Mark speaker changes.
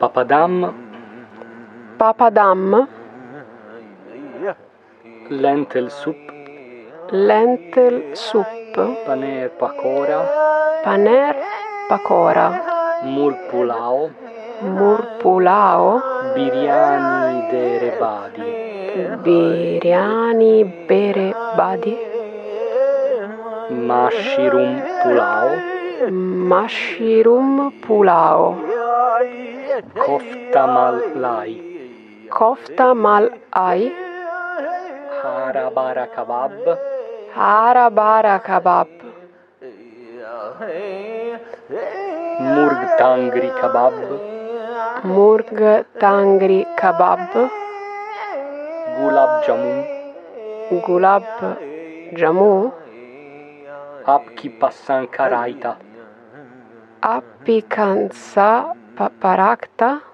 Speaker 1: Papadam,
Speaker 2: papadam,
Speaker 1: lentil soup,
Speaker 2: lentil soup,
Speaker 1: paneer pakora,
Speaker 2: paner pakora,
Speaker 1: mul pulao,
Speaker 2: murpulao,
Speaker 1: biryani de rebadi,
Speaker 2: biryani bere badi,
Speaker 1: mashroom pulao,
Speaker 2: mashroom pulao,
Speaker 1: kofta malai,
Speaker 2: kofta malai,
Speaker 1: harabara kebab,
Speaker 2: arabara kebab,
Speaker 1: murg tangri kebab,
Speaker 2: murg tangri kebab,
Speaker 1: gulab jamun,
Speaker 2: gulab jamu,
Speaker 1: apki passan karaita,
Speaker 2: appicanza paparakta,